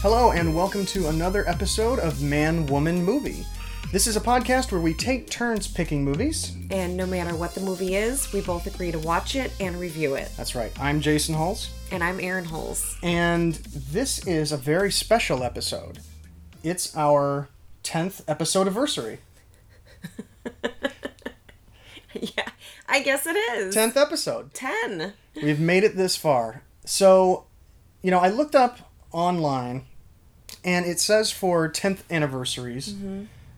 Hello, and welcome to another episode of Man Woman Movie. This is a podcast where we take turns picking movies. And no matter what the movie is, we both agree to watch it and review it. That's right, I'm Jason Hulse, And I'm Aaron Holes. and this is a very special episode. It's our 10th episode anniversary. yeah, I guess it is. 10th episode. 10. We've made it this far. So, you know, I looked up online and it says for 10th anniversaries,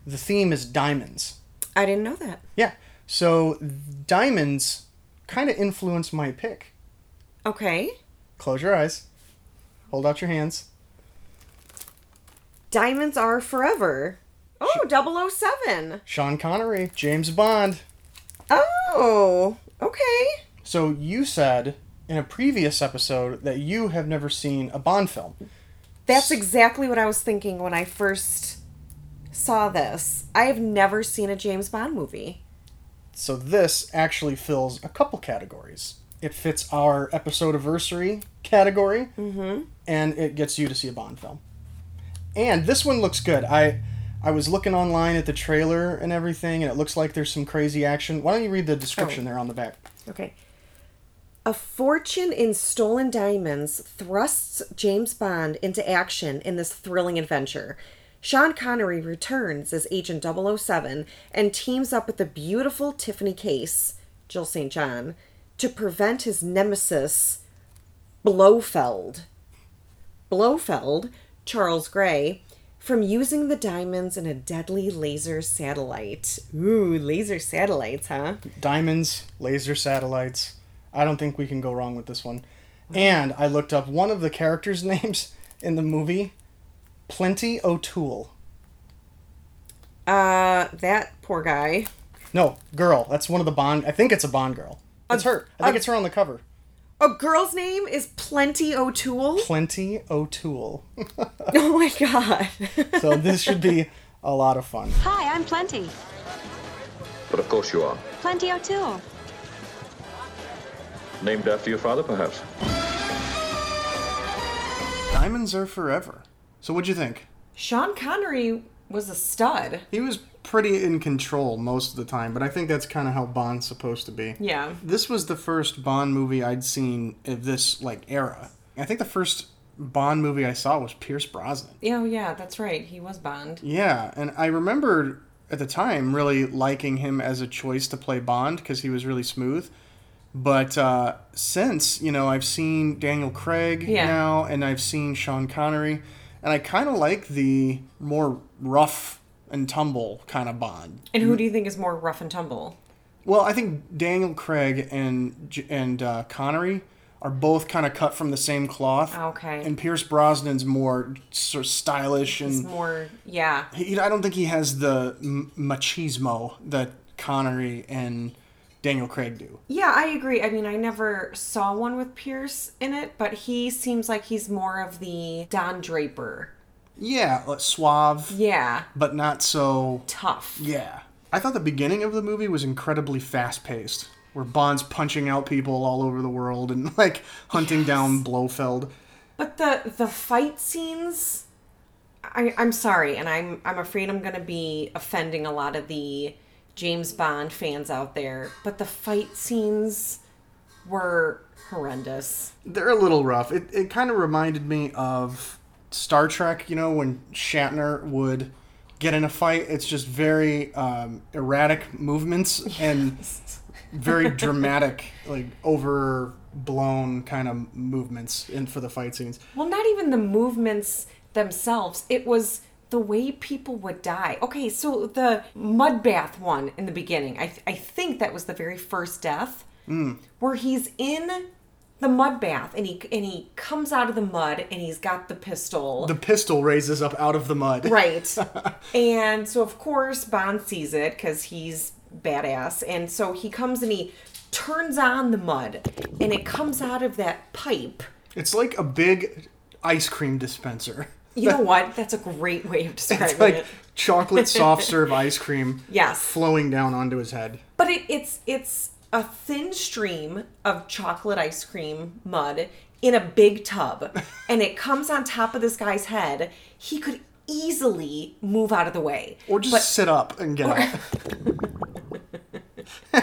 the theme is diamonds. I didn't know that. Yeah. So, diamonds kind of influence my pick. Okay. Close your eyes. Hold out your hands. Diamonds are forever. Oh, 007. Sean Connery, James Bond. Oh, okay. So, you said in a previous episode that you have never seen a Bond film. That's exactly what I was thinking when I first saw this. I have never seen a James Bond movie. So this actually fills a couple categories. It fits our episode anniversary category, and it gets you to see a Bond film. And this one looks good. I I was looking online at the trailer and everything, and it looks like there's some crazy action. Why don't you read the description there on the back? Okay. A fortune in stolen diamonds thrusts James Bond into action in this thrilling adventure. Sean Connery returns as Agent 007 and teams up with the beautiful Tiffany Case, Jill St. John, to prevent his nemesis, Blofeld. Blofeld, Charles Gray, from using the diamonds in a deadly laser satellite. Ooh, laser satellites, huh? Diamonds, laser satellites. I don't think we can go wrong with this one. And I looked up one of the characters' names in the movie, Plenty O'Toole. Uh, that poor guy. No, girl. That's one of the Bond. I think it's a Bond girl. It's her. I think it's her on the cover. A girl's name is Plenty O'Toole. Plenty O'Toole. Oh my god. so this should be a lot of fun. Hi, I'm Plenty. But of course you are. Plenty O'Toole. Named after your father, perhaps? Diamonds are forever. So what'd you think? Sean Connery was a stud. He was pretty in control most of the time, but I think that's kind of how Bond's supposed to be. Yeah. This was the first Bond movie I'd seen of this like era. I think the first Bond movie I saw was Pierce Brosnan. Oh yeah, that's right. He was Bond. Yeah, and I remember at the time really liking him as a choice to play Bond because he was really smooth. But uh, since, you know, I've seen Daniel Craig Yeah. now and I've seen Sean Connery, and I kind of like the more rough and tumble kind of Bond. And who do you think is more rough and tumble? Well, I think Daniel Craig and J- and uh, Connery are both kind of cut from the same cloth. Okay. And Pierce Brosnan's more sort of stylish and It's more yeah. he, I don't think he has the m- machismo that Connery and Daniel Craig do. Yeah, I agree. I mean, I never saw one with Pierce in it, but he seems like he's more of the Don Draper. Yeah, like, suave, Yeah, but not so. tough. Yeah. I thought the beginning of the movie was incredibly fast paced, where Bond's punching out people all over the world and, like, hunting down Blofeld. But the the fight scenes, I I'm sorry, and I'm I'm afraid I'm gonna be offending a lot of the James Bond fans out there. But the fight scenes were horrendous. They're a little rough. It, it kind of reminded me of Star Trek, you know, when Shatner would get in a fight. It's just very um, erratic movements and very dramatic, like overblown kind of movements in for the fight scenes. Well, not even the movements themselves. It was the way people would die. Okay, so the mud bath one in the beginning, I, I think that was the very first death, where he's in the mud bath and he and he comes out of the mud and he's got the pistol. The pistol raises up out of the mud. Right. and so, of course, Bond sees it because he's badass. And so he comes and he turns on the mud and it comes out of that pipe. It's like a big ice cream dispenser. You know what? That's a great way of describing It's like it. chocolate soft serve ice cream Yes. flowing down onto his head. But it, it's it's a thin stream of chocolate ice cream mud in a big tub and it comes on top of this guy's head, he could easily move out of the way. Or just But- sit up and get out.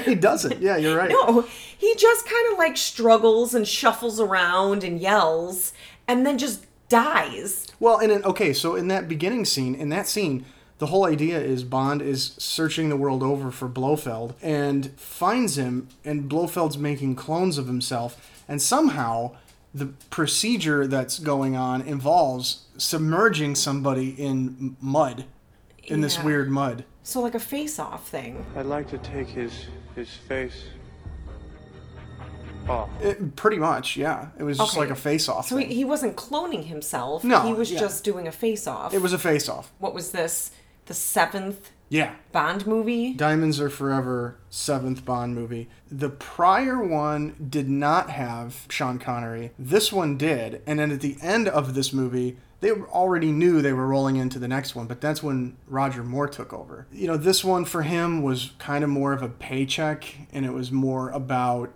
he doesn't. Yeah, you're right. No, he just kind of like struggles and shuffles around and yells and then just dies. Well, and then, okay, so in that beginning scene, in that scene, the whole idea is Bond is searching the world over for Blofeld and finds him, and Blofeld's making clones of himself, and somehow the procedure that's going on involves submerging somebody in m- mud, in this Yeah. weird mud. So, like a face off thing. I'd like to take his his face off. It- pretty much, yeah. It was just Okay. like a face off. So, he, he wasn't cloning himself. No, He was yeah. just doing a face off. it was a face off. What was this? The seventh Yeah. Bond movie? Diamonds Are Forever, seventh Bond movie. The prior one did not have Sean Connery. This one did. And then at the end of this movie, they already knew they were rolling into the next one, but that's when Roger Moore took over. You know, this one for him was kind of more of a paycheck, and it was more about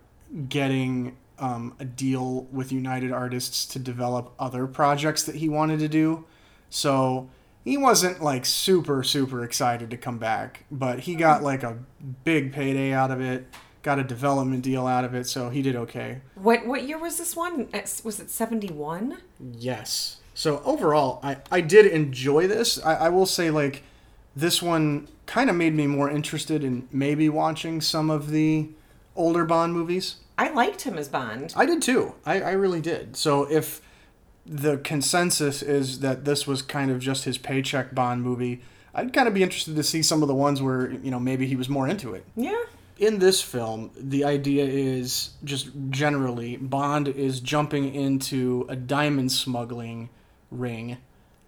getting um, a deal with United Artists to develop other projects that he wanted to do. So he wasn't like super, super excited to come back, but he got like a big payday out of it, got a development deal out of it, so he did okay. What what year was this one? Uh, Was it 71? Yes. So overall, I, I did enjoy this. I, I will say, like, this one kind of made me more interested in maybe watching some of the older Bond movies. I liked him as Bond. I did too. I, I really did. So if the consensus is that this was kind of just his paycheck Bond movie, I'd kind of be interested to see some of the ones where, you know, maybe he was more into it. Yeah. In this film, the idea is just generally Bond is jumping into a diamond smuggling ring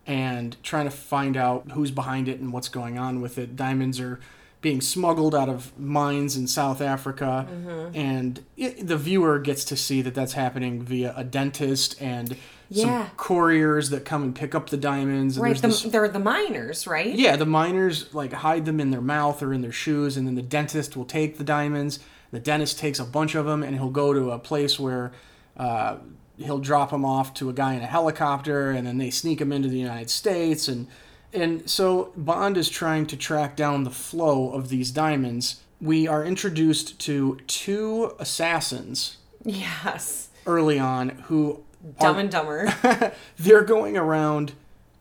and trying to find out who's behind it and what's going on with it. Diamonds are being smuggled out of mines in South Africa, Mm-hmm. and it, the viewer gets to see that that's happening via a dentist and Yeah. some couriers that come and pick up the diamonds. And Right. there's The, this- They're the miners, right? yeah, the miners like hide them in their mouth or in their shoes, and then the dentist will take the diamonds. The dentist takes a bunch of them, and he'll go to a place where uh, he'll drop them off to a guy in a helicopter, and then they sneak them into the United States. And and so Bond is trying to track down the flow of these diamonds. We are introduced to two assassins Yes. early on who Dumb and Dumber. they're going around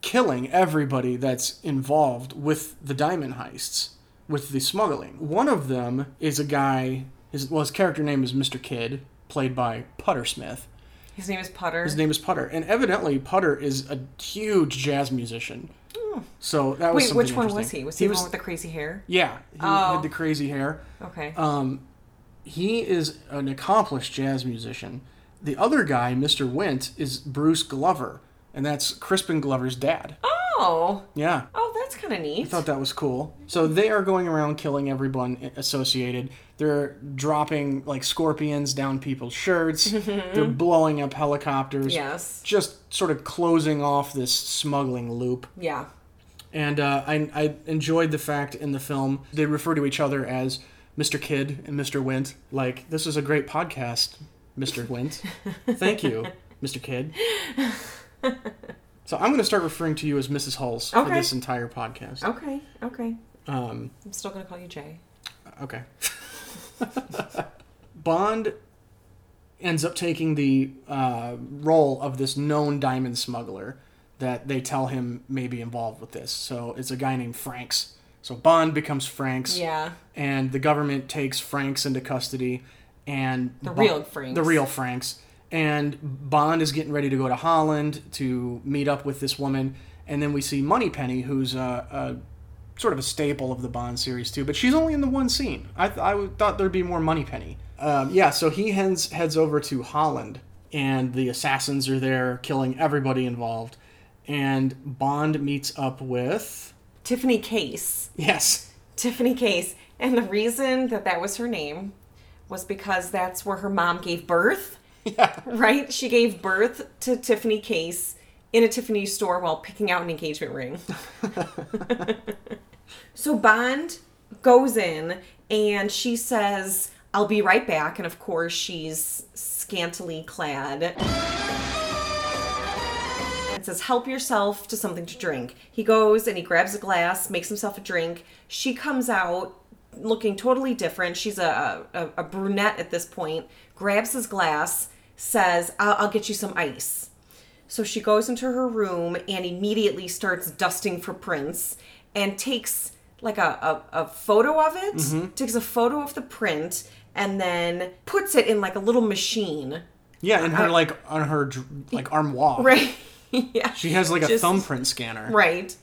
killing everybody that's involved with the diamond heists, with the smuggling. One of them is a guy. His well, his character name is Mr. Kidd, played by Putter Smith. His name is Putter. His name is Putter, and evidently Putter is a huge jazz musician. So that was Hmm. something Wait, which one was interesting. he? Was he, the one with the Oh. crazy hair? yeah? He had the crazy hair. Okay. he is an accomplished jazz musician. The other guy, Mr. Wint, is Bruce Glover, and that's Crispin Glover's dad. oh. Yeah. Oh, that's kind of neat. thought that was cool. So they are going around killing everyone associated. They're dropping like scorpions down people's shirts. They're blowing up helicopters. Yes. Just sort of closing off this smuggling loop. Yeah. And uh, I, I enjoyed the fact in the film they refer to each other as Mr. Kidd and Mr. Wint. Like, this is a great podcast, Mr. Wint. Thank you, Mr. Kidd. So I'm going to start referring to you as Mrs. Hulse for Okay. this entire podcast. Okay. Okay. Um, I'm still gonna call you Jay. Okay. Bond ends up taking the uh, role of this known diamond smuggler that they tell him may be involved with this. So it's a guy named Franks. So Bond becomes Franks. Yeah. And the government takes Franks into custody, and the real Franks. The real Franks. And Bond is getting ready to go to Holland to meet up with this woman, and then we see Moneypenny, who's a, a sort of a staple of the Bond series too, but she's only in the one scene. I, th- I would- thought there'd be more Moneypenny. Um, yeah, so he heads heads over to Holland, and the assassins are there killing everybody involved, and Bond meets up with Tiffany Case. yes. Tiffany Case. And the reason that that was her name was because that's where her mom gave birth. Yeah. Right? She gave birth to Tiffany Case in a Tiffany store while picking out an engagement ring. so Bond goes in and she says, I'll be right back. And of course, she's scantily clad. It says, Help yourself to something to drink. He goes and he grabs a glass, makes himself a drink. She comes out looking totally different. She's a, a, a brunette at this point, grabs his glass, says, I'll, I'll get you some ice. So she goes into her room and immediately starts dusting for prints and takes like a, a, a photo of it, Mm-hmm. takes a photo of the print, and then puts it in like a little machine. Yeah, and her like on her dr- like armoire. Uh-huh. Right. yeah. She has like a Just- thumbprint scanner. Right.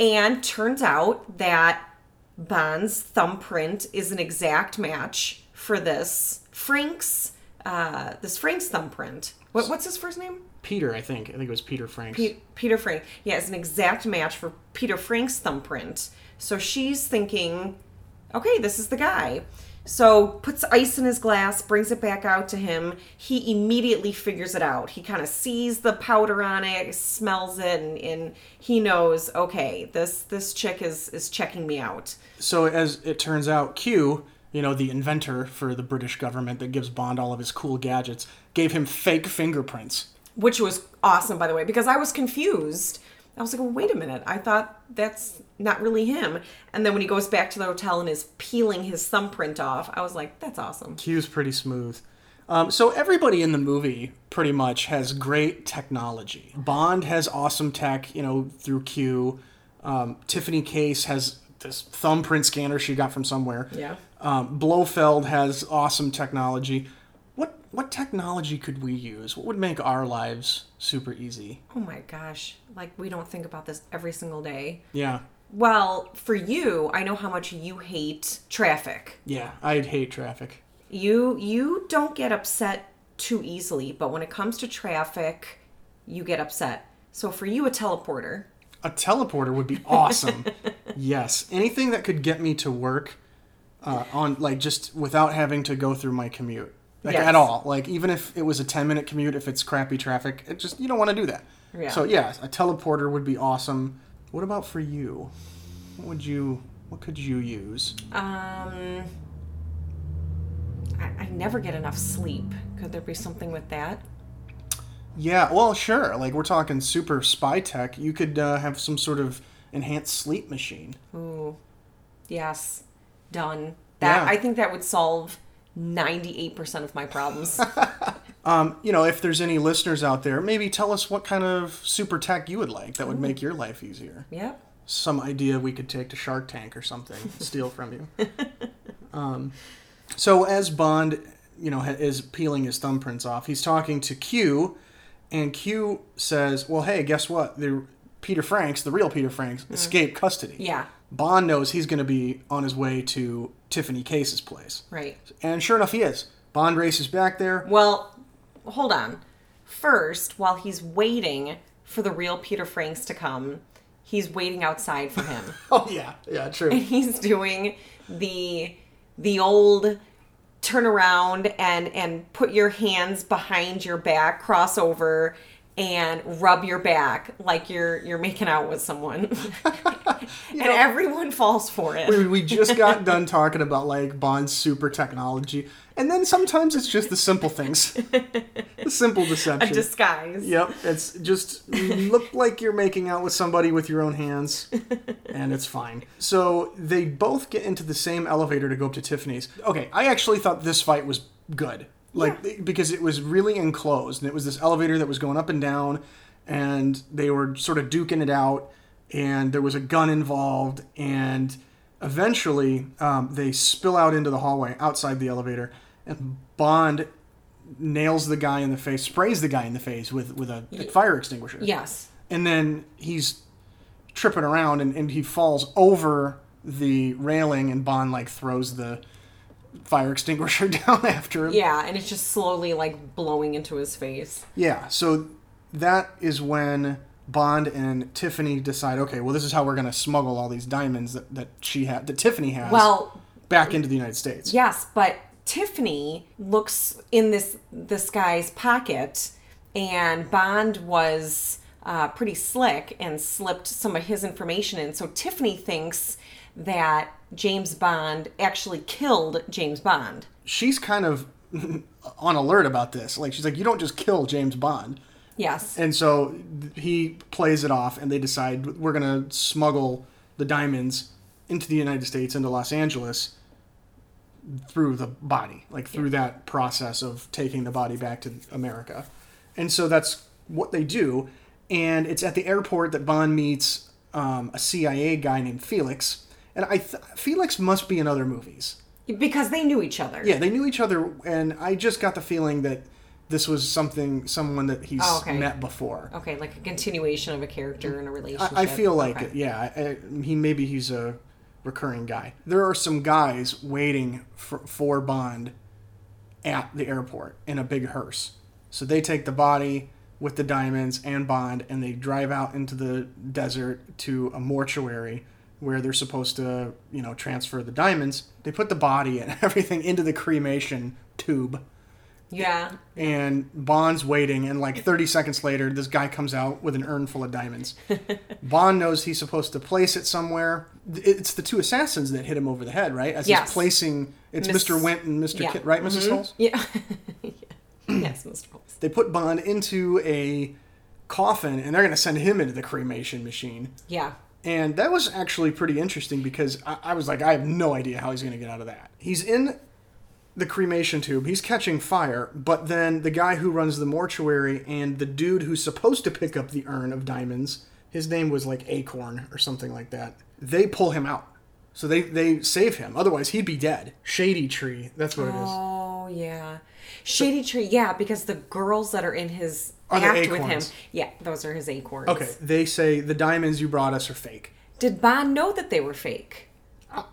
And turns out that Bond's thumbprint is an exact match for this Frank's uh, this Frank's thumbprint. What, what's his first name? Peter, I think. I think it was Peter Franks. Pe- Peter Frank. Yeah, it's an exact match for Peter Frank's thumbprint. So she's thinking, okay, this is the guy. So puts ice in his glass, brings it back out to him. He immediately figures it out. He kind of sees the powder on it, smells it, and, and he knows, okay, this this chick is is checking me out. so as it turns out, Q, you know, the inventor for the British government that gives Bond all of his cool gadgets, gave him fake fingerprints. which was awesome by the way because i was confused i was like well, wait a minute i thought that's not really him and then when he goes back to the hotel and is peeling his thumbprint off i was like that's awesome Q's pretty smooth. Um, so everybody in the movie pretty much has great technology. Bond has awesome tech, you know, through Q. Um, Tiffany Case has this thumbprint scanner she got from somewhere. Yeah. Um, Blofeld has awesome technology. What what technology could we use? What would make our lives super easy? oh my gosh like we don't think about this every single day Yeah. well for you i know how much you hate traffic Yeah, I'd hate traffic. you you don't get upset too easily but when it comes to traffic you get upset so for you a teleporter A teleporter would be awesome. yes, anything that could get me to work uh, on like just without having to go through my commute. Like Yes. at all. Like even if it was a 10-minute commute if it's crappy traffic, it just you don't want to do that. Yeah. So yeah, a teleporter would be awesome. What about for you? What would you what could you use? Um, I, I never get enough sleep. Could there be something with that? Yeah, well, sure. Like we're talking super spy tech, you could uh, have some sort of enhanced sleep machine. Ooh, yes, done. That Yeah. I think that would solve ninety-eight percent of my problems. you know, if there's any listeners out there, maybe tell us what kind of super tech you would like that would make your life easier. yep. Some idea we could take to Shark Tank or something, steal from you. Um, so as Bond, you know, ha- is peeling his thumbprints off, he's talking to Q, and Q says, "Well, hey, guess what? The Peter Franks, the real Peter Franks, escaped custody. Yeah. Bond knows he's going to be on his way to Tiffany Case's place, Right. and sure enough, he is. Bond races back there. Well, hold on. First, while he's waiting for the real Peter Franks to come, he's waiting outside for him. Oh yeah, yeah, true. he's doing the the old turn around and and put your hands behind your back crossover and rub your back like you're you're making out with someone and everyone falls for it Dude, we just got done talking about like Bond's super technology, and then sometimes it's just the simple things, the simple a deception. disguise Yep, it's just you look like you're making out with somebody with your own hands, and it's fine. So they both get into the same elevator to go up to Tiffany's. Okay, I actually thought this fight was good, like because it was really enclosed, and it was this elevator that was going up and down, and they were sort of duking it out, and there was a gun involved, and eventually um, they spill out into the hallway outside the elevator, and Bond nails the guy in the face, sprays the guy in the face with with a fire extinguisher. yes And then he's tripping around and, and he falls over the railing and Bond like throws the fire extinguisher down after him. yeah and it's just slowly like blowing into his face Yeah, so that is when Bond and Tiffany decide, okay, well this is how we're gonna smuggle all these diamonds that, that she had that Tiffany has well back into the United States. Yes, but Tiffany looks in this this guy's pocket, and Bond was uh, pretty slick and slipped some of his information in. So Tiffany thinks that James Bond actually killed James Bond. She's kind of on alert about this. Like she's like, you don't just kill James Bond. Yes. And so th- he plays it off, and they decide we're gonna smuggle the diamonds into the United States into Los Angeles through the body, like through that process of taking the body back to America. And so that's what they do. And it's at the airport that Bond meets um, a CIA guy named Felix. And I th- Felix must be in other movies. because they knew each other. Yeah, they knew each other, and I just got the feeling that this was something someone that he's Oh, okay. met before. Okay, like a continuation of a character in a relationship. I, I feel like Okay. it. Yeah, I, I- he maybe he's a recurring guy. There are some guys waiting for, for Bond at the airport in a big hearse. So they take the body with the diamonds and Bond, and they drive out into the desert to a mortuary where they're supposed to, you know, transfer the diamonds. They put the body and everything into the cremation tube Yeah. and Bond's waiting, and like 30 seconds later, this guy comes out with an urn full of diamonds. Bond knows he's supposed to place it somewhere. It's the two assassins that hit him over the head, right? As Yes. he's placing, it's Miss- Mr. Went and Mr. Yeah. Mm-hmm. Kit, right, missus Knowles? Yeah. Yeah. yes, Mr. Holmes. They put Bond into a coffin, and they're going to send him into the cremation machine. Yeah. And that was actually pretty interesting because I, I was like, I have no idea how he's going to get out of that. He's in the cremation tube, he's catching fire, but then the guy who runs the mortuary and the dude who's supposed to pick up the urn of diamonds, his name was like Acorn or something like that, they pull him out. So they, they save him. Otherwise, he'd be dead. Shady Tree, that's what it is. Oh yeah. Shady Tree, yeah, because the girls that are in his Are the act with him, acorns. yeah, those are his acorns. Okay, they say the diamonds you brought us are fake. Did Bond know that they were fake?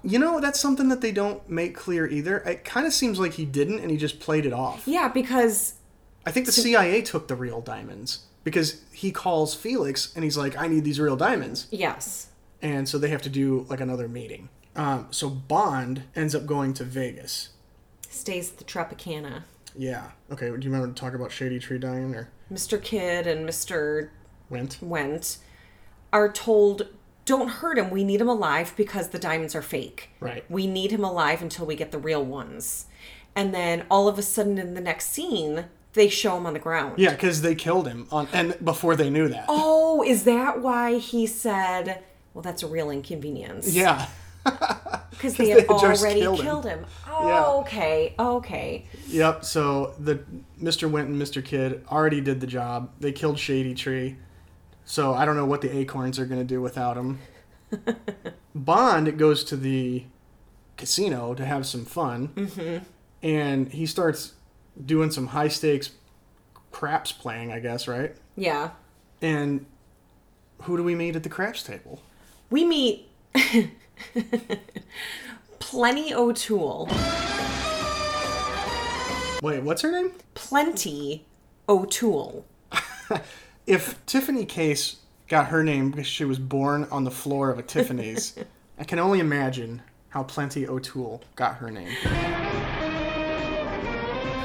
You know, that's something that they don't make clear either. It kind of seems like he didn't and he just played it off. Yeah, because I think the CIA took the real diamonds because he calls Felix and he's like, I need these real diamonds. yes. And so they have to do like another meeting. Um, so Bond ends up going to Vegas. Stays at the Tropicana. Yeah. Okay. Do you remember to talk about Shady Tree dying or Mr. Kidd and Mr. went? Went are told don't hurt him. We need him alive because the diamonds are fake. Right. We need him alive until we get the real ones. And then all of a sudden in the next scene, they show him on the ground. Yeah, because they killed him on and before they knew that. Oh, is that why he said, well, that's a real inconvenience? Yeah. Because they they had had just already killed killed him. him. Oh, Yeah. okay. Okay. Yep. So the Mr. Went and Mr. Kidd already did the job. They killed Shady Tree. So I don't know what the acorns are going to do without him. Bond goes to the casino to have some fun, mm-hmm. and he starts doing some high stakes craps playing, I guess, right? Yeah. And who do we meet at the craps table? We meet Plenty O'Toole. Wait, what's her name? Plenty O'Toole. if Tiffany Case got her name because she was born on the floor of a Tiffany's, I can only imagine how Plenty O'Toole got her name.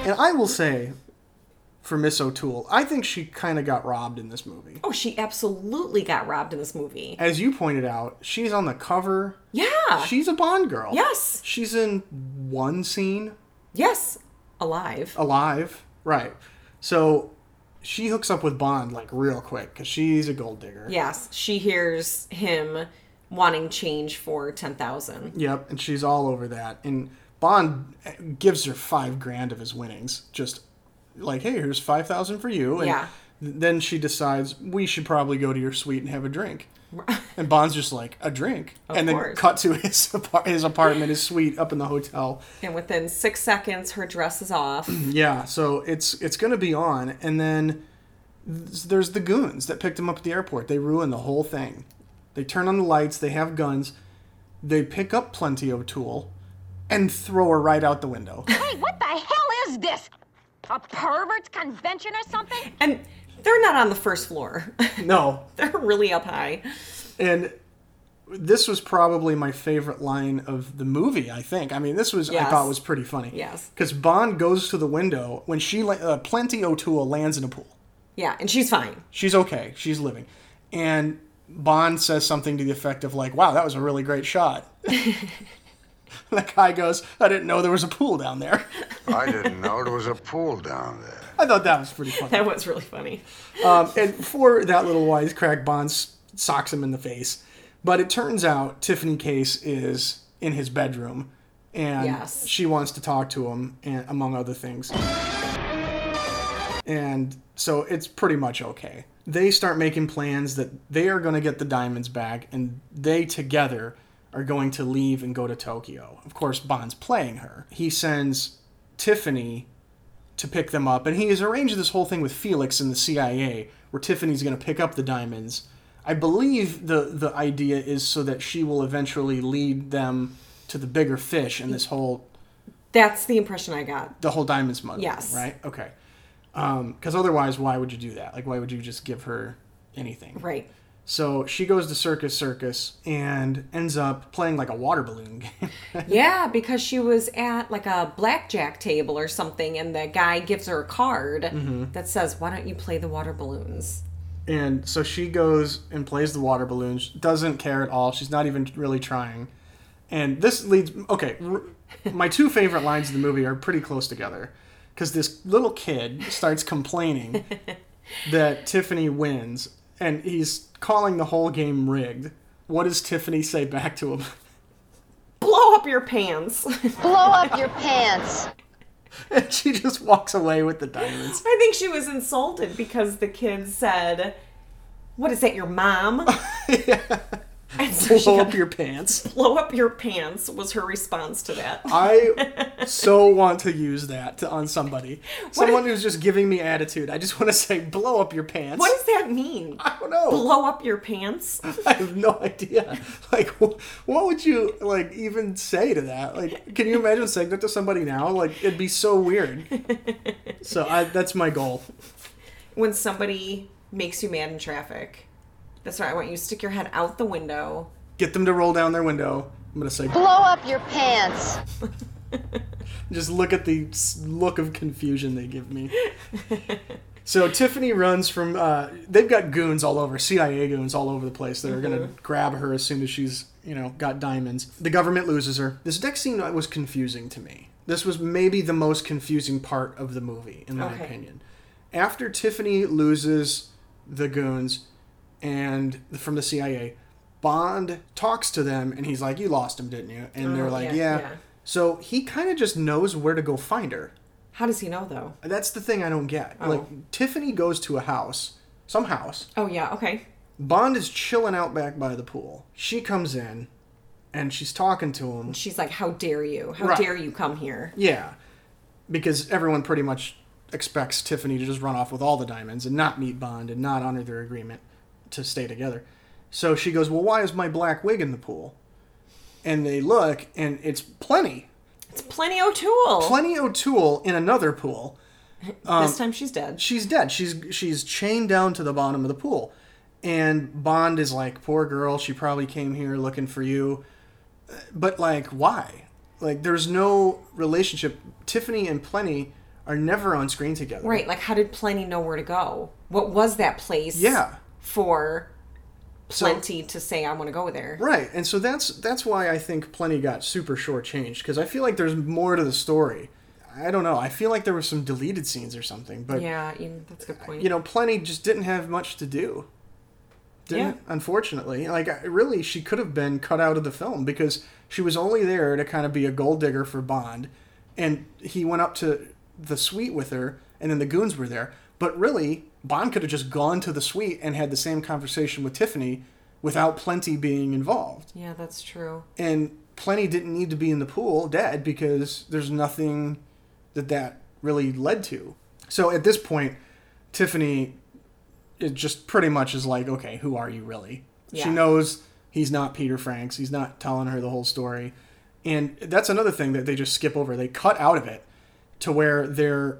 And I will say, for Miss O'Toole, I think she kind of got robbed in this movie. Oh, she absolutely got robbed in this movie. As you pointed out, she's on the cover. Yeah. She's a Bond girl. Yes. She's in one scene Yes. Alive. alive. Right. So she hooks up with Bond like real quick because she's a gold digger. Yes. She hears him wanting change for 10,000. Yep, and she's all over that. And Bond gives her five grand of his winnings, just like, hey, here's five thousand for you. And Yeah. th- Then she decides we should probably go to your suite and have a drink. And Bond's just like a drink, and then course. cut to his apar- his apartment, his suite up in the hotel. And within six seconds, her dress is off. Yeah, so it's it's gonna be on, and then th- there's the goons that picked him up at the airport. They ruin the whole thing. They turn on the lights. They have guns. They pick up Plenty O'Toole and throw her right out the window. Hey, what the hell is this? A pervert's convention or something? And they're not on the first floor. no, they're really up high. and this was probably my favorite line of the movie. I think. I mean, this was I Yes. thought was pretty funny. Yes. because Bond goes to the window when she la- uh, Plenty O'Toole lands in a pool. Yeah, and she's fine. she's okay she's living and bond says something to the effect of like wow that was a really great shot And the guy goes, I didn't know there was a pool down there. I didn't know there was a pool down there. I thought that was pretty funny. That was really funny. Um, and for that little wisecrack, Bond s- socks him in the face. But it turns out Tiffany Case is in his bedroom, and Yes. she wants to talk to him, and among other things. And so it's pretty much okay. They start making plans that they are going to get the diamonds back, and they together are going to leave and go to Tokyo. Of course, Bond's playing her. He sends Tiffany to pick them up, and he has arranged this whole thing with Felix and the CIA, where Tiffany's going to pick up the diamonds. I believe the the idea is so that she will eventually lead them to the bigger fish in this whole That's the impression I got. the whole diamonds smuggling. Yes. Right. Okay. Because otherwise, why would you do that? Like, why would you just give her anything? Right. So she goes to Circus Circus and ends up playing like a water balloon game. Yeah, because she was at like a blackjack table or something, and the guy gives her a card Mm-hmm. that says, Why don't you play the water balloons? And so she goes and plays the water balloons, doesn't care at all. She's not even really trying. And this leads. Okay, r- my two favorite lines of the movie are pretty close together. Because this little kid starts complaining that Tiffany wins, and he's calling the whole game rigged. What does Tiffany say back to him? Blow up your pants. Blow up your pants. and she just walks away with the diamonds. I think she was insulted because the kid said, What is that, your mom? And so she Pull got, up your pants. blow up your pants was her response to that. I so want to use that to, on somebody. Someone who's just giving me attitude. I just want to say, blow up your pants. What does that mean? I don't know. Blow up your pants? I have no idea. Like, wh- what would you like even say to that? Like, can you imagine saying that to somebody now? Like, it'd be so weird. So I, that's my goal. When somebody makes you mad in traffic. That's right. I want you to stick your head out the window. Get them to roll down their window. I'm gonna say, Blow up your pants. Just look at the s- look of confusion they give me. so Tiffany runs from. Uh, they've got goons all over, CIA goons all over the place that are going to grab her as soon as she's, you know, got diamonds. The government loses her. This next scene was confusing to me. This was maybe the most confusing part of the movie, in my Okay. opinion. After Tiffany loses the goons and from the CIA, Bond talks to them and he's like, "You lost him, didn't you?" And they're like, yeah, yeah. yeah. So he kind of just knows where to go find her. How does he know though? That's the thing I don't get. Like Tiffany goes to a house, some house. Oh yeah, okay. Bond is chilling out back by the pool. She comes in, and she's talking to him. She's like, "How dare you? How Right. dare you come here?" Yeah, because everyone pretty much expects Tiffany to just run off with all the diamonds and not meet Bond and not honor their agreement to stay together. So she goes, "Well, why is my black wig in the pool?" And they look, and it's plenty, It's Plenty O'Toole. plenty O'Toole in another pool. um, this time she's dead. she's dead. She's she's chained down to the bottom of the pool. And Bond is like, "Poor girl, she probably came here looking for you." Uh, But like, why? Like there's no relationship. Tiffany and Plenty are never on screen together. Right. Like, how did Plenty know where to go? What was that place? Yeah. For So- Plenty to say, "I want to go there." Right, and so that's that's why I think Plenty got super shortchanged because I feel like there's more to the story. I don't know. I feel like there were some deleted scenes or something, but Yeah, you, that's a good point. you know, Plenty just didn't have much to do. Didn't, Yeah. unfortunately. Like, I- really, she could have been cut out of the film because she was only there to kind of be a gold digger for Bond. And he went up to the suite with her, and then the goons were there. But really, Bond could have just gone to the suite and had the same conversation with Tiffany without Plenty being involved. yeah, that's true. And Plenty didn't need to be in the pool dead because there's nothing that that really led to. So at this point, Tiffany it just pretty much is like, okay, who are you really? She Yeah. knows he's not Peter Franks. He's not telling her the whole story. And that's another thing that they just skip over. They cut out of it to where they're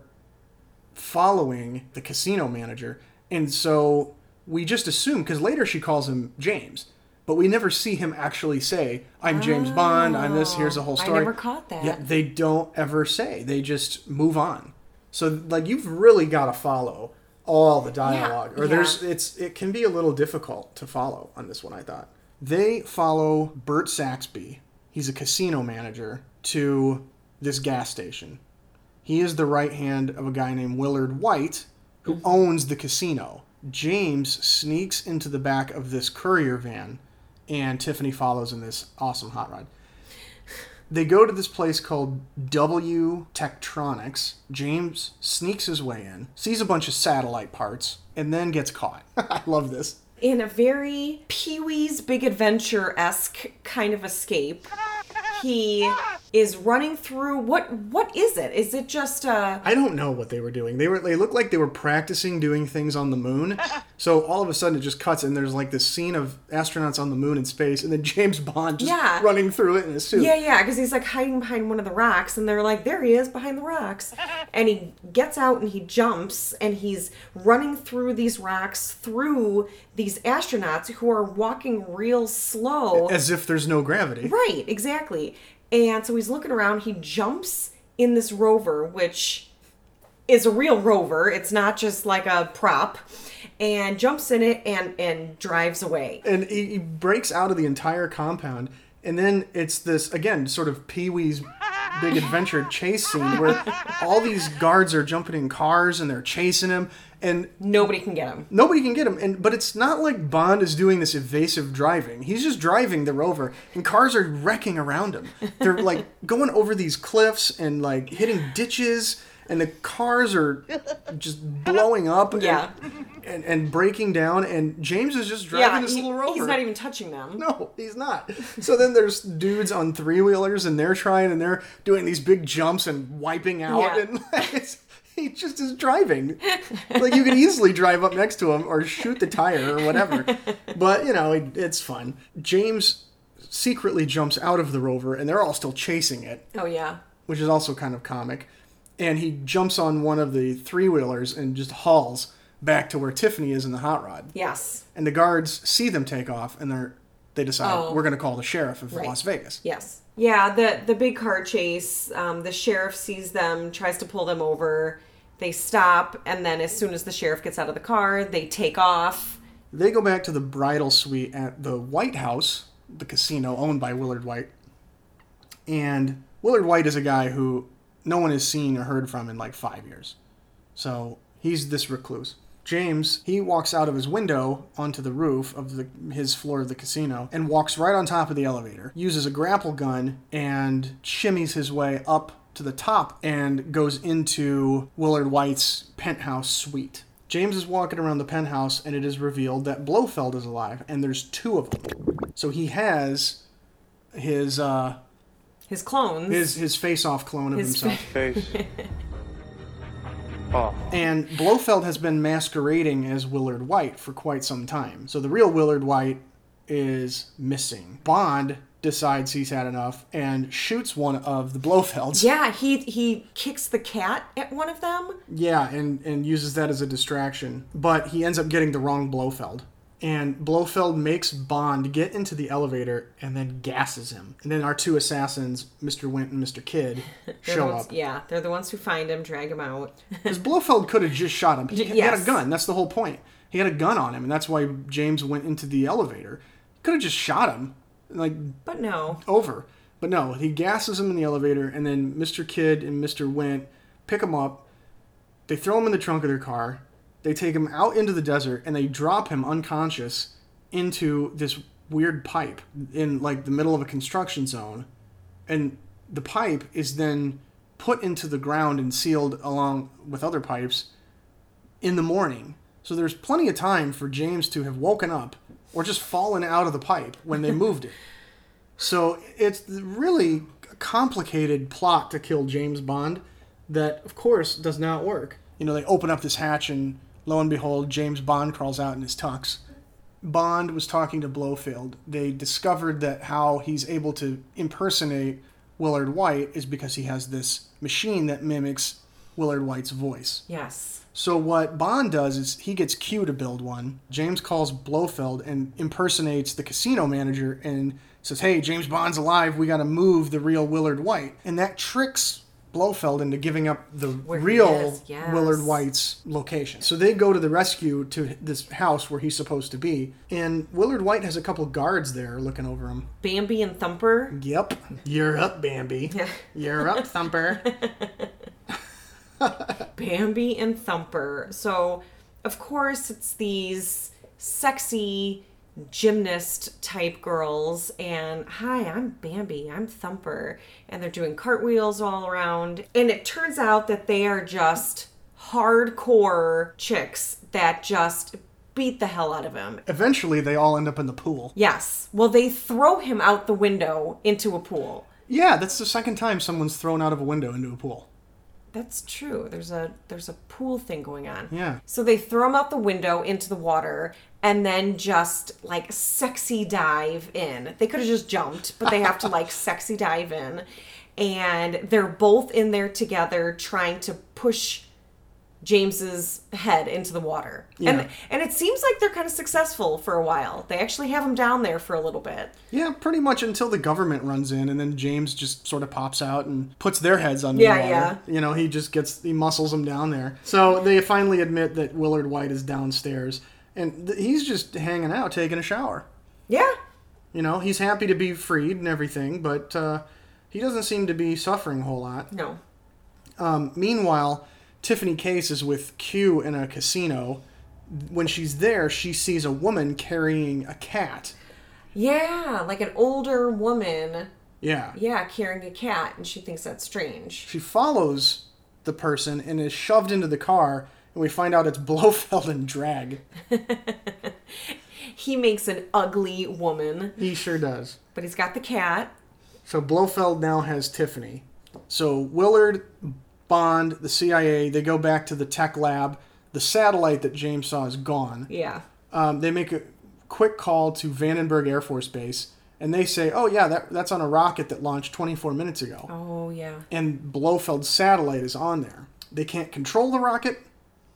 following the casino manager. And so we just assume, because later she calls him James, but we never see him actually say, I'm James Bond, I'm this, here's the whole Oh, I story. never caught that. Yeah, they don't ever say. They just move on. So like you've really got to follow all the dialogue or yeah. there's it's it can be a little difficult to follow on this one I thought. They follow Bert Saxby he's a casino manager, to this gas station. He is the right hand of a guy named Willard White, who owns the casino. James sneaks into the back of this courier van, and Tiffany follows in this awesome hot rod. They go to this place called W Tektronics. James sneaks his way in, sees a bunch of satellite parts, and then gets caught. I love this. in a very Pee Wee's Big Adventure esque kind of escape. He is running through what? What is it? Is it just uh, a? I don't know what they were doing. They were they looked like they were practicing doing things on the moon. So all of a sudden it just cuts and there's like this scene of astronauts on the moon in space and then James Bond just Yeah. running through it in a suit. Yeah, yeah, because he's like hiding behind one of the rocks, and they're like, there he is behind the rocks. And he gets out and he jumps, and he's running through these rocks, through these astronauts who are walking real slow. As if there's no gravity. Right, exactly. And so he's looking around, he jumps in this rover, which is a real rover, it's not just like a prop, and jumps in it and and drives away. And he, he breaks out of the entire compound and then it's this again sort of Pee-wee's big adventure chase scene where all these guards are jumping in cars and they're chasing him and Nobody can get him. nobody can get him and but it's not like bond is doing this evasive driving he's just driving the rover and cars are wrecking around him they're like going over these cliffs and like hitting ditches and the cars are just blowing up and, Yeah. and, and breaking down and james is just driving Yeah, this he- little rover he's not even touching them. no, he's not. So then there's dudes on three wheelers and they're trying and they're doing these big jumps and wiping out Yeah. and like, it's, he just is driving. like you could easily drive up next to him or shoot the tire or whatever. But you know it, it's fun. James secretly jumps out of the rover and they're all still chasing it, Oh yeah. which is also kind of comic. And he jumps on one of the three wheelers and just hauls back to where Tiffany is in the hot rod Yes. and the guards see them take off and they're they decide Oh. we're going to call the sheriff of Las Vegas. Yes. Yeah, the the big car chase, um, the sheriff sees them, tries to pull them over. They stop, and then as soon as the sheriff gets out of the car, they take off. They go back to the bridal suite at the White House, the casino owned by Willard White. And Willard White is a guy who no one has seen or heard from in like 5 years. So, he's this recluse. James, he walks out of his window onto the roof of the, his floor of the casino and walks right on top of the elevator, uses a grapple gun, and shimmies his way up to the top and goes into Willard White's penthouse suite. James is walking around the penthouse and it is revealed that Blofeld is alive and there's two of them. So he has his uh, His clones. his his face off clone of His himself. face off. And Blofeld has been masquerading as Willard White for quite some time. So the real Willard White is missing. Bond decides he's had enough and shoots one of the Blofelds. yeah, he he kicks the cat at one of them. Yeah, and, and uses that as a distraction. But he ends up getting the wrong Blofeld. And Blofeld makes Bond get into the elevator and then gasses him. And then our two assassins, Mr. Wint and Mr. Kidd, They're the show ones- up. Yeah, they're the ones who find him, drag him out. Because Blofeld could have just shot him. He, he had a yes. gun. That's the whole point. He had a gun on him, and that's why James went into the elevator. Could have just shot him, like But no. over. But no, he gasses him in the elevator, and then Mr. Kidd and Mr. Went pick him up. They throw him in the trunk of their car. They take him out into the desert, and they drop him unconscious into this weird pipe in like the middle of a construction zone and the pipe is then put into the ground and sealed along with other pipes in the morning. So there's plenty of time for James to have woken up or just fallen out of the pipe when they moved it. So it's really a complicated plot to kill James Bond that, of course, does not work. You know, they open up this hatch and lo and behold, James Bond crawls out in his tux. Bond was talking to Blofeld. They discovered that how he's able to impersonate Willard White is because he has this machine that mimics Willard White's voice. Yes. So what Bond does is he gets Q to build one. James calls Blofeld and impersonates the casino manager and says, "Hey, James Bond's alive. We got to move the real Willard White." And that tricks Blofeld into giving up the he real is, yes. Willard White's location. So they go to the rescue to this house where he's supposed to be, and Willard White has a couple guards there looking over him. Bambi and Thumper. Yep, you're up, Bambi. You're up, Thumper. Bambi and Thumper. So, of course, it's these sexy gymnast type girls, and hi, I'm Bambi, I'm Thumper. And they're doing cartwheels all around. And it turns out that they are just hardcore chicks that just beat the hell out of him. Eventually, they all end up in the pool. Yes. Well, they throw him out the window into a pool. Yeah, that's the second time someone's thrown out of a window into a pool. That's true. There's a there's a pool thing going on. Yeah. So they throw him out the window into the water and then just like sexy dive in. They could have just jumped, but they have to like sexy dive in. And they're both in there together trying to push James's head into the water. Yeah. And and it seems like they're kind of successful for a while. They actually have him down there for a little bit. Yeah, pretty much until the government runs in, and then James just sort of pops out and puts their heads under Yeah, the water. yeah. You know, he just gets he muscles them down there. So they finally admit that Willard White is downstairs, and th- he's just hanging out, taking a shower. Yeah. You know, he's happy to be freed and everything, but uh, he doesn't seem to be suffering a whole lot. No. Meanwhile, Tiffany Case is with Q in a casino. When she's there, she sees a woman carrying a cat. Yeah, like an older woman, Yeah. yeah, carrying a cat, and she thinks that's strange. She follows the person and is shoved into the car, and we find out it's Blofeld and drag. He makes an ugly woman, He sure does. but he's got the cat. So Blofeld now has Tiffany. So Willard, Bond, the CIA, they go back to the tech lab. The satellite that James saw is gone. Yeah. um, they make a quick call to Vandenberg Air Force Base, and they say, "Oh yeah, that, that's on a rocket that launched 24 minutes ago, Oh, yeah. and Blofeld's satellite is on there. They can't control the rocket,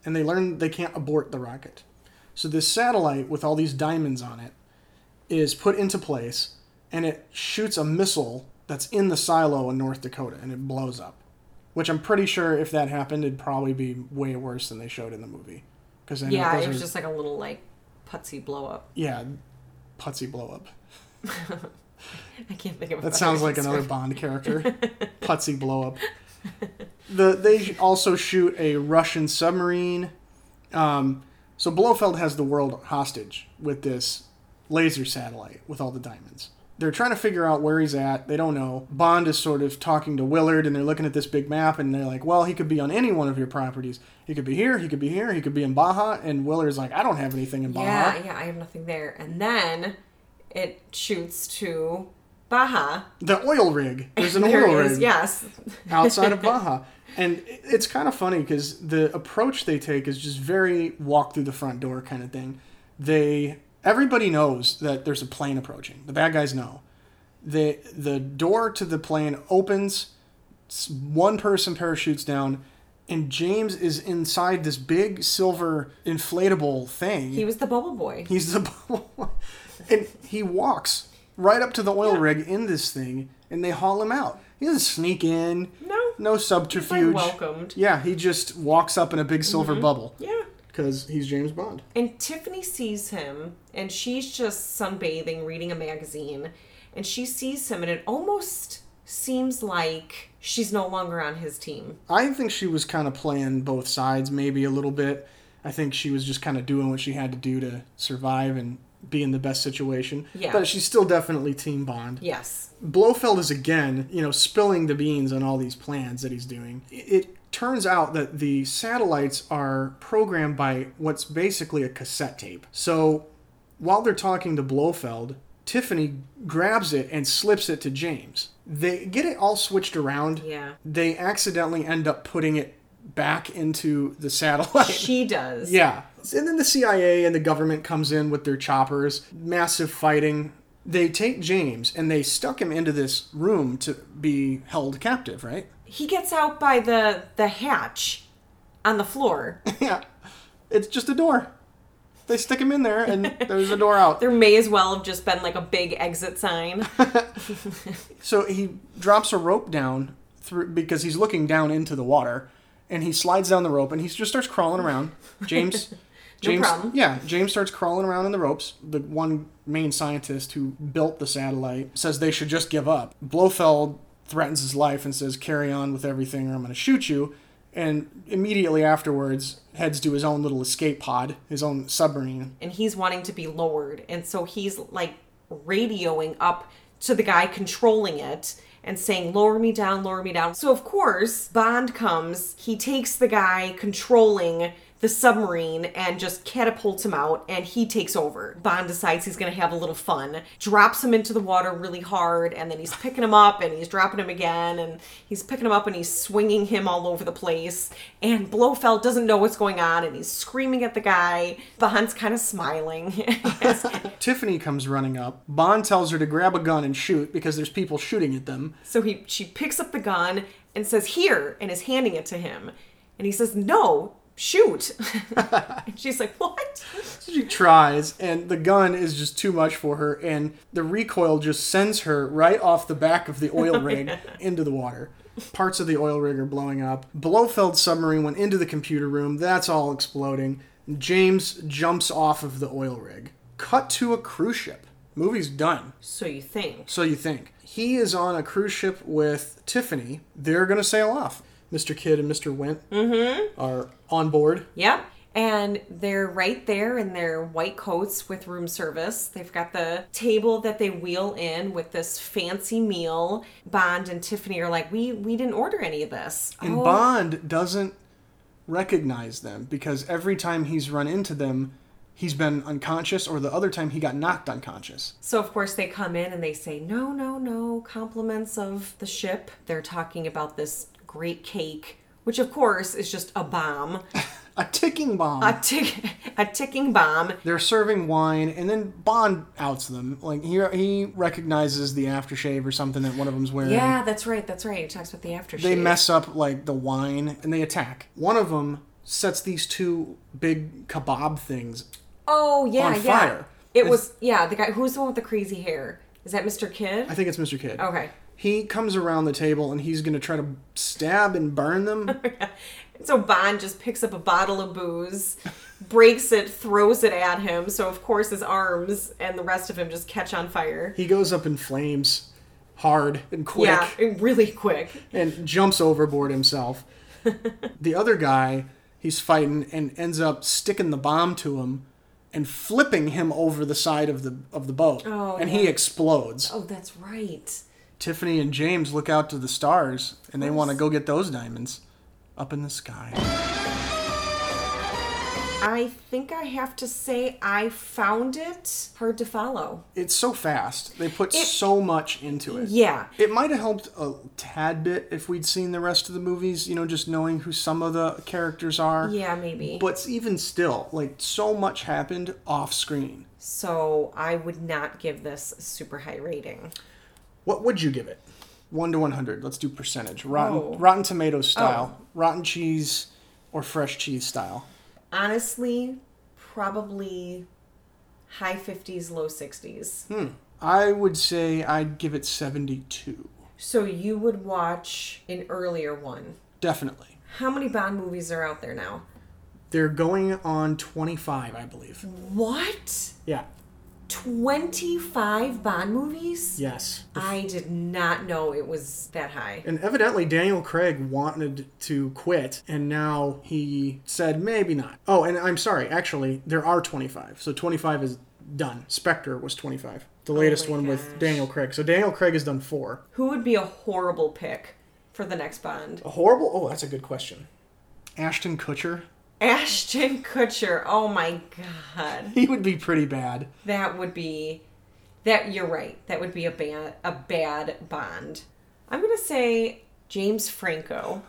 and they learn they can't abort the rocket. So this satellite with all these diamonds on it is put into place, and it shoots a missile that's in the silo in North Dakota, and it blows up. Which I'm pretty sure if that happened, it'd probably be way worse than they showed in the movie. Because Yeah, it was just like a little, like, putsy blow up. yeah, Putzy blow up. I can't think of a That better sounds like another description. Bond character. Putzy blow up. The they also shoot a Russian submarine. Um, so Blofeld has the world hostage with this laser satellite with all the diamonds. They're trying to figure out where he's at. They don't know. Bond is sort of talking to Willard, and they're looking at this big map, and they're like, "Well, he could be on any one of your properties. He could be here. He could be here. He could be in Baja." And Willard's like, "I don't have anything in Baja." Yeah, yeah, I have nothing there. And then it shoots to Baja. The oil rig. There's an There oil it rig. is, yes. outside of Baja. And it- it's kind of funny because the approach they take is just very walk through the front door kind of thing. They everybody knows that there's a plane approaching. The bad guys know. The the door to the plane opens. s- One person parachutes down, and James is inside this big silver inflatable thing. He was the bubble boy. He's the and he walks right up to the oil rig in this thing, and they haul him out. He doesn't sneak in. No. No subterfuge. welcomed. Mm-hmm. Yeah, he just walks up in a big silver bubble. Yeah. Because he's James Bond. And Tiffany sees him, and she's just sunbathing, reading a magazine, and she sees him, and it almost seems like she's no longer on his team. I think she was kind of playing both sides, maybe a little bit. I think she was just kind of doing what she had to do to survive and be in the best situation. Yeah. But she's still definitely Team Bond. Yes. Blofeld is again, you know, spilling the beans on all these plans that he's doing. It it turns out that the satellites are programmed by what's basically a cassette tape. So while they're talking to Blofeld, Tiffany grabs it and slips it to James. They get it all switched around. Yeah. They accidentally end up putting it back into the satellite. She does. Yeah. And then the CIA and the government comes in with their choppers, massive fighting. They take James and they stuck him into this room to be held captive, right? He gets out by the the hatch on the floor. Yeah. It's just a door. They stick him in there and there's a door out. There may as well have just been like a big exit sign. So he drops a rope down through because he's looking down into the water, and he slides down the rope and he just starts crawling around. James, James, problem. yeah, James starts crawling around in the ropes. The one main scientist who built the satellite says they should just give up. Blofeld threatens his life and says, "Carry on with everything, or I'm going to shoot you." And immediately afterwards, heads to his own little escape pod, his own submarine, and he's wanting to be lowered. And so he's like radioing up to the guy controlling it and saying, Lower me down, lower me down. So, of course, Bond comes, he takes the guy controlling the submarine and just catapults him out and he takes over. Bond decides he's going to have a little fun, drops him into the water really hard and then he's picking him up and he's dropping him again and he's picking him up and he's swinging him all over the place and Blofeld doesn't know what's going on and he's screaming at the guy. Bond's kind of smiling. Tiffany comes running up. Bond tells her to grab a gun and shoot because there's people shooting at them. So he she picks up the gun and says, "Here," and is handing it to him. And he says, "No, shoot." and she's like, "What?" So she tries, and the gun is just too much for her, and the recoil just sends her right off the back of the oil rig into the water. Parts of the oil rig are blowing up. Blofeld's submarine went into the computer room. That's all exploding. James jumps off of the oil rig. Cut to a cruise ship. Movie's done. So you think. So you think. He is on a cruise ship with Tiffany. They're going to sail off. Mr. Kidd and Mr. Wint are on board. Yep. And they're right there in their white coats with room service. They've got the table that they wheel in with this fancy meal. Bond and Tiffany are like, "We we didn't order any of this." And Oh. Bond doesn't recognize them because every time he's run into them, he's been unconscious, or the other time he got knocked unconscious. So, of course, they come in and they say, No, no, no, compliments of the ship. They're talking about this great cake, which, of course, is just a bomb, A ticking bomb. a, tick, a ticking bomb. They're serving wine, and then Bond outs them. Like he he recognizes the aftershave or something that one of them's wearing. Yeah, that's right, that's right. He talks about the aftershave. They mess up like the wine, and they attack. One of them sets these two big kebab things. Oh, yeah, on yeah. fire. It It's- was, yeah, the guy, who's the one with the crazy hair? Is that Mr. Kid? I think it's Mr. Kid. Okay. He comes around the table and he's gonna try to stab and burn them. So Bond just picks up a bottle of booze, breaks it, throws it at him. So, of course, his arms and the rest of him just catch on fire. He goes up in flames hard and quick Yeah, really quick. and jumps overboard himself. the other guy he's fighting and ends up sticking the bomb to him and flipping him over the side of the of the boat. Oh, and yeah. he explodes. Oh, that's right. Tiffany and James look out to the stars and they want to go get those diamonds up in the sky. I think I have to say I found it hard to follow. It's so fast. They put so much into it. Yeah. It might have helped a tad bit if we'd seen the rest of the movies, you know, just knowing who some of the characters are. Yeah, maybe. But even still, like so much happened off screen. so I would not give this a super high rating. What would you give it? One to one hundred. Let's do percentage. Rotten Oh. Rotten Tomatoes style. Rotten cheese or fresh cheese style. Honestly, probably high 50s, low 60s. I would say I'd give it seventy two. So you would watch an earlier one. Definitely. How many Bond movies are out there now? They're going on twenty five, I believe. Mm. What? Yeah. 25 Bond movies? Yes. I did not know it was that high. And evidently, Daniel Craig wanted to quit, and now he said maybe not. Oh, and I'm sorry, actually, there are 25. So 25 is done. Spectre was 25, the latest one with Daniel Craig. So Daniel Craig has done four. Who would be a horrible pick for the next Bond? A horrible? Oh, that's a good question. Ashton Kutcher? Ashton Kutcher. Oh my god. He would be pretty bad. That would be that you're right. That would be a bad a bad bond. I'm going to say James Franco.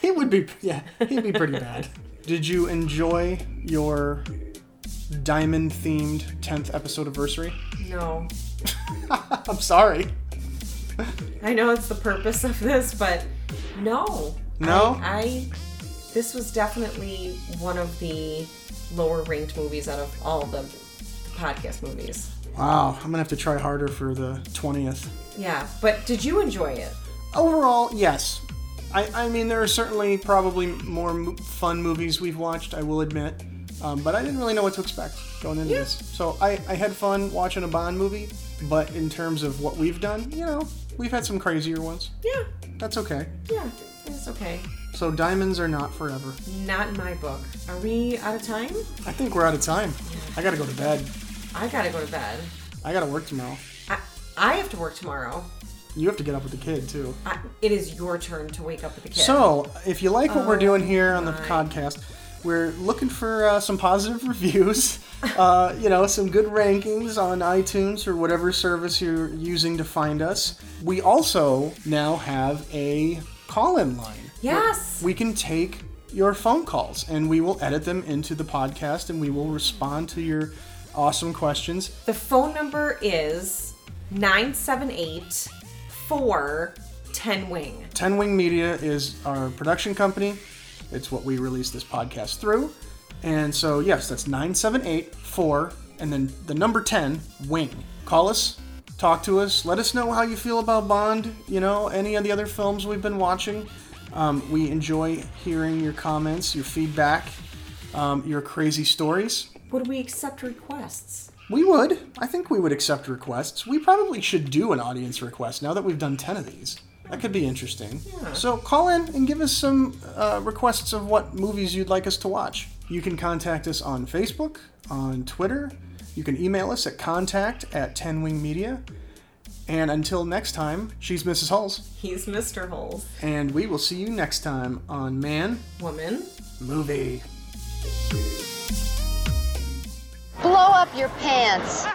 He would be, yeah, he'd be pretty bad. Did you enjoy your diamond themed 10th episode anniversary? No. I'm sorry. I know it's the purpose of this, but no. No? I this was definitely one of the lower ranked movies out of all the podcast movies. Wow, I'm gonna have to try harder for the 20th. Yeah, but did you enjoy it? overall, yes. I, I mean, there are certainly probably more mo- fun movies we've watched, I will admit. Um, but I didn't really know what to expect going into this. So I, I had fun watching a Bond movie, but in terms of what we've done, you know, we've had some crazier ones. Yeah, That's okay. yeah, it's okay. So diamonds are not forever. Not in my book. Are we out of time? I think we're out of time. I gotta go to bed. I gotta go to bed. I gotta work tomorrow. I, I have to work tomorrow. You have to get up with the kid too. I, it is your turn to wake up with the kid. So, if you like what we're doing here on the podcast, we're looking for uh, some positive reviews, uh, you know, some good rankings on iTunes or whatever service you're using to find us. We also now have a call in line. yes, We can take your phone calls and we will edit them into the podcast and we will respond to your awesome questions. the phone number is 978 410 wing. Ten Wing Media is our production company. It's what we release this podcast through. And so, yes, that's 978 4 and then the number 10, Wing. Call us, talk to us, let us know how you feel about Bond, you know, any of the other films we've been watching. Um, we enjoy hearing your comments, your feedback, um, your crazy stories. Would we accept requests? We would. I think we would accept requests. We probably should do an audience request now that we've done 10 of these. That could be interesting. So call in and give us some uh, requests of what movies you'd like us to watch. You can contact us on Facebook, on Twitter. You can email us at contact at 10 Wing Media. And until next time, she's Mrs. Hulls, He's Mr. Holes. and we will see you next time on Man Woman. Movie. Blow up your pants.